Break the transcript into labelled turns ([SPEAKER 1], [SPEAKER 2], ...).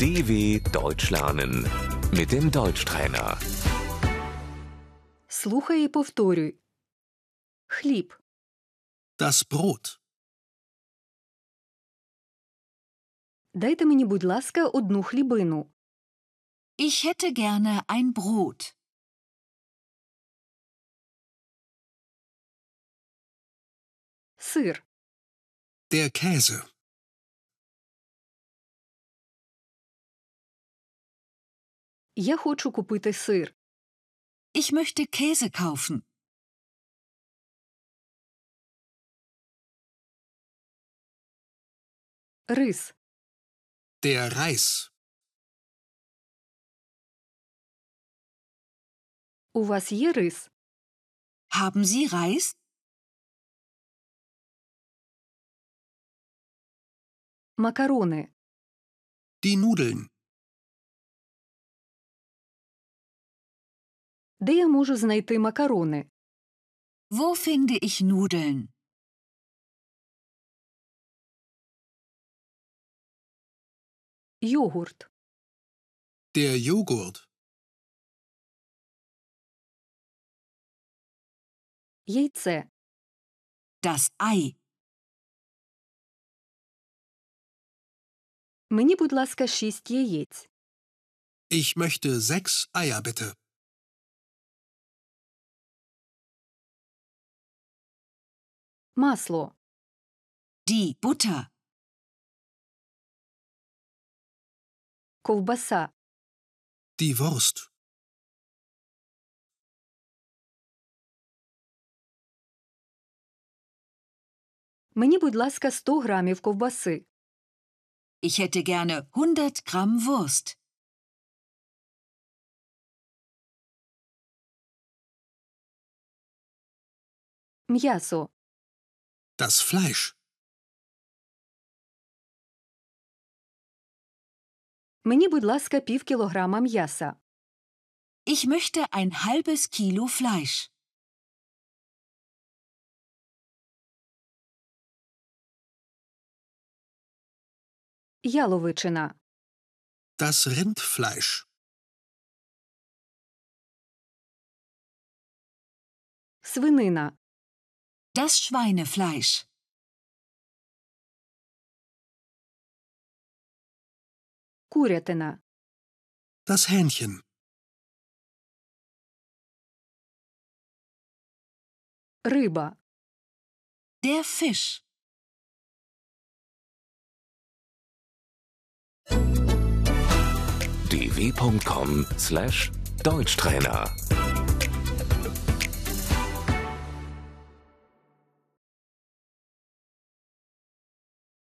[SPEAKER 1] DW Deutsch lernen mit dem Deutschtrainer.
[SPEAKER 2] Слухай і повторюй. Хліб,
[SPEAKER 3] Das Brot.
[SPEAKER 2] дайте мені, будь ласка, одну хлібину.
[SPEAKER 4] Ich hätte gerne ein Brot.
[SPEAKER 2] Сир,
[SPEAKER 3] Der Käse.
[SPEAKER 2] я хочу купити сир,
[SPEAKER 4] Ich möchte Käse kaufen.
[SPEAKER 2] рис,
[SPEAKER 3] Der Reis.
[SPEAKER 2] у вас є рис,
[SPEAKER 4] Haben Sie Reis?
[SPEAKER 2] макарони,
[SPEAKER 3] Die Nudeln.
[SPEAKER 2] де я можу знайти макарони,
[SPEAKER 4] Wo finde ich Nudeln?
[SPEAKER 2] йогурт,
[SPEAKER 3] Der Joghurt.
[SPEAKER 2] яйце,
[SPEAKER 4] Das Ei.
[SPEAKER 2] мені, будь ласка, шість яєць,
[SPEAKER 3] Ich möchte sechs Eier bitte.
[SPEAKER 2] масло,
[SPEAKER 4] Die Butter.
[SPEAKER 2] ковбаса,
[SPEAKER 3] Die Wurst.
[SPEAKER 2] мені, будь ласка, 100 грамів ковбаси,
[SPEAKER 4] Ich hätte gerne 100 Gramm Wurst.
[SPEAKER 2] м'ясо,
[SPEAKER 3] Das Fleisch.
[SPEAKER 2] мені, будь ласка, пів кілограма м'яса,
[SPEAKER 4] Ich möchte ein halbes Kilo Fleisch.
[SPEAKER 2] яловичина,
[SPEAKER 3] Das Rindfleisch.
[SPEAKER 2] свинина,
[SPEAKER 4] Das Schweinefleisch.
[SPEAKER 2] курятина,
[SPEAKER 3] Das Hähnchen.
[SPEAKER 2] риба,
[SPEAKER 4] Der Fisch.
[SPEAKER 1] dw.com/deutschtrainer